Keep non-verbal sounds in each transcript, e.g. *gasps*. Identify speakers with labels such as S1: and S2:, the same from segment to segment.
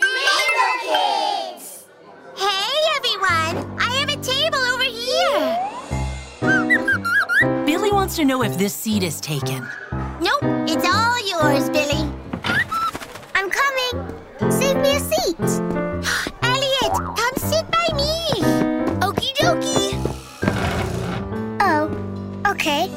S1: Rainbow Kids! Hey, everyone! I have a table over here!
S2: Billy wants to know if this seat is taken.
S1: Nope, it's all yours, Billy. I'm coming. Save me a seat. *gasps* Elliot, come sit by me. Okie dokie. Oh, okay.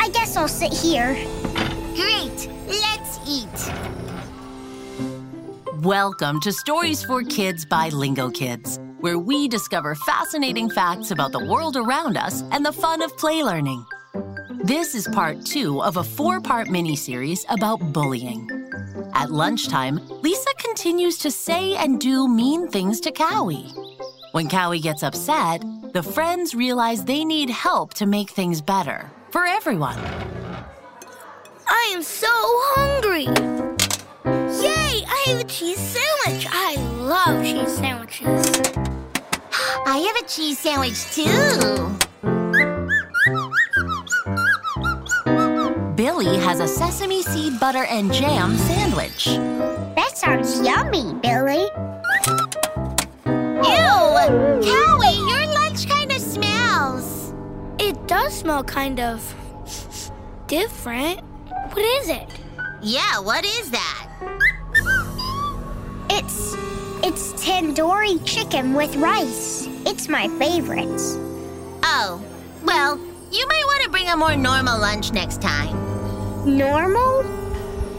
S1: I guess I'll sit here. Great. Let's eat.
S2: Welcome to Stories for Kids by Lingo Kids, where we discover fascinating facts about the world around us and the fun of play learning. This is part two of a four part mini series about bullying. At lunchtime, Lisa continues to say and do mean things to Cowie. When Cowie gets upset, the friends realize they need help to make things better for everyone.
S3: I am so hungry. Yay, I have a cheese sandwich. I love cheese sandwiches. *gasps*
S1: I have a cheese sandwich, too.
S2: Billy has a sesame seed butter and jam sandwich.
S1: That sounds yummy, Billy. Ew! Cowie, your lunch kind of smells.
S3: It does smell kind of different. What is it?
S1: Yeah, what is that? It's it's tandoori chicken with rice. It's my favorite. Oh, well, you might want to bring a more normal lunch next time. Normal?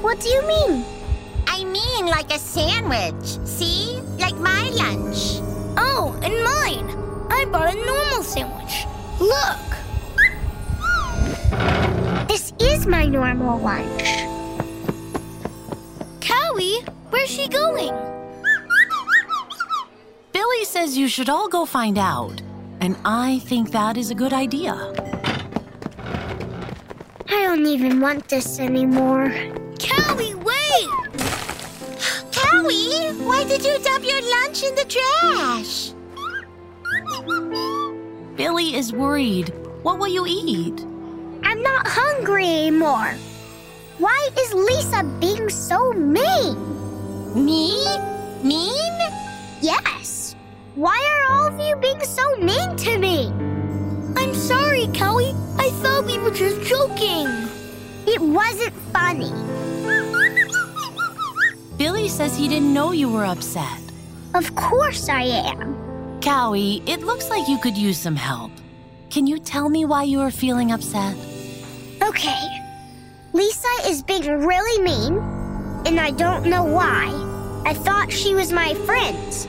S1: What do you mean? I mean like a sandwich. See? Like my lunch.
S3: Oh, and mine. I bought a normal sandwich. Look.
S1: This is my normal lunch.
S3: Cowie, where's she going?
S2: Billy says you should all go find out, and I think that is a good idea.
S1: I don't even want this anymore.
S3: Cowie, wait.
S1: Cowie, why did you dump your lunch in the trash?
S2: Billy is worried. What will you eat?
S1: I'm not hungry anymore. Why is Lisa being so mean? Me? Mean? Yes. Why are all of you being so mean to me?
S3: I'm sorry, Cowie. I thought we were just joking.
S1: It wasn't funny.
S2: Billy says he didn't know you were upset.
S1: Of course I am.
S2: Cowie, it looks like you could use some help. Can you tell me why you are feeling upset?
S1: Okay. Lisa is being really mean, and I don't know why. I thought she was my friend.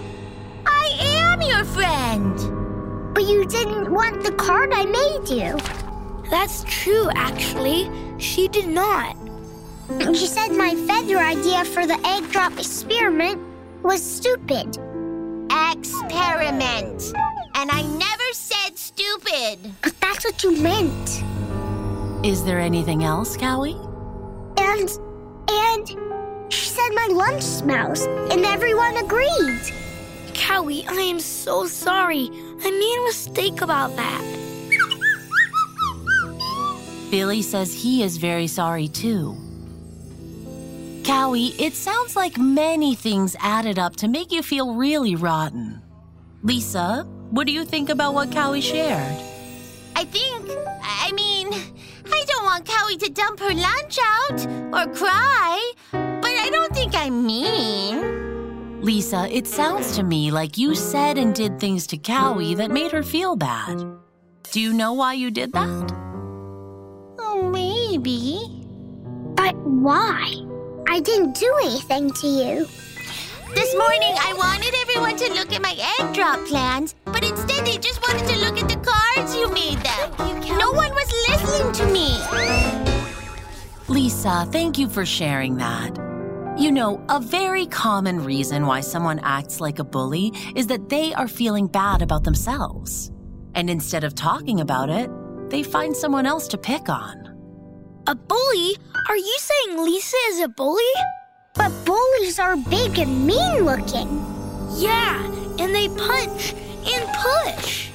S1: I am your friend. But you didn't want the card I made you.
S3: That's true, actually. She did not.
S1: She said my feather idea for the egg drop experiment was stupid. Experiment. And I never said stupid. But that's what you meant.
S2: Is there anything else, Cowie?
S1: And, and she said my lunch smells, and everyone agreed.
S3: Cowie, I am so sorry. I made a mistake about that.
S2: Billy says he is very sorry too. Cowie, it sounds like many things added up to make you feel really rotten. Lisa, what do you think about what Cowie shared?
S1: I think, I mean, I don't want Cowie to dump her lunch out or cry, but I don't think I'm mean.
S2: Lisa, it sounds to me like you said and did things to Cowie that made her feel bad. Do you know why you did that?
S1: Oh, maybe. But why? I didn't do anything to you. This morning, I wanted everyone to look at my egg drop plans, but instead they just wanted to look at the cards you made them. no one was listening to me.
S2: Lisa, thank you for sharing that. You know, a very common reason why someone acts like a bully is that they are feeling bad about themselves. And instead of talking about it, they find someone else to pick on.
S3: A bully? Are you saying Lisa is a bully?
S1: But bullies are big and mean looking.
S3: Yeah, and they punch and push.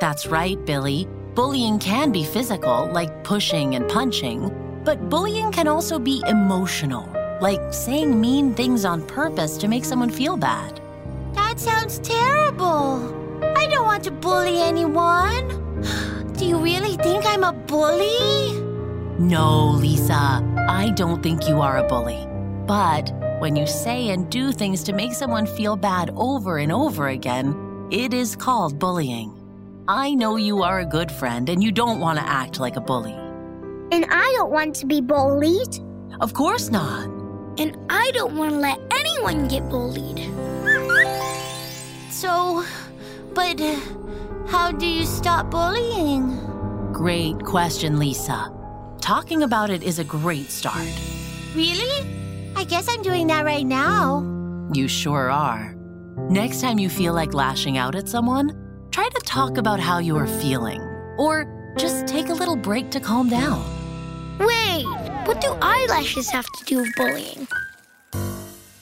S2: That's right, Billy. Bullying can be physical, like pushing and punching, but bullying can also be emotional, like saying mean things on purpose to make someone feel bad.
S1: That sounds terrible. I don't want to bully anyone. *gasps* Do you really think I'm a bully?
S2: No, Lisa, I don't think you are a bully. But when you say and do things to make someone feel bad over and over again, it is called bullying. I know you are a good friend and you don't want to act like a bully.
S1: And I don't want to be bullied.
S2: Of course not.
S3: And I don't want to let anyone get bullied.
S1: So, but uh, how do you stop bullying?
S2: Great question, Lisa. Talking about it is a great start.
S1: Really? I guess I'm doing that right now.
S2: You sure are. Next time you feel like lashing out at someone, try to talk about how you are feeling. Or just take a little break to calm down.
S3: Wait, what do eyelashes have to do with bullying?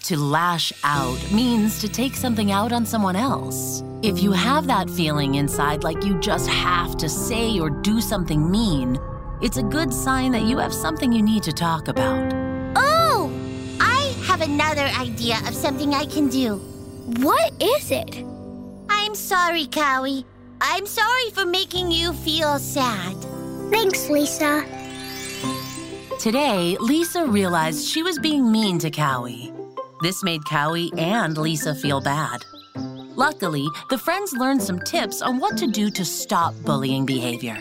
S2: To lash out means to take something out on someone else. If you have that feeling inside like you just have to say or do something mean, it's a good sign that you have something you need to talk about.
S1: Oh, I have another idea of something I can do.
S3: What is it?
S1: I'm sorry, Cowie. I'm sorry for making you feel sad. Thanks, Lisa.
S2: Today, Lisa realized she was being mean to Cowie. This made Cowie and Lisa feel bad. Luckily, the friends learned some tips on what to do to stop bullying behavior.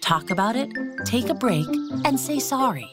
S2: Talk about it, take a break, and say sorry.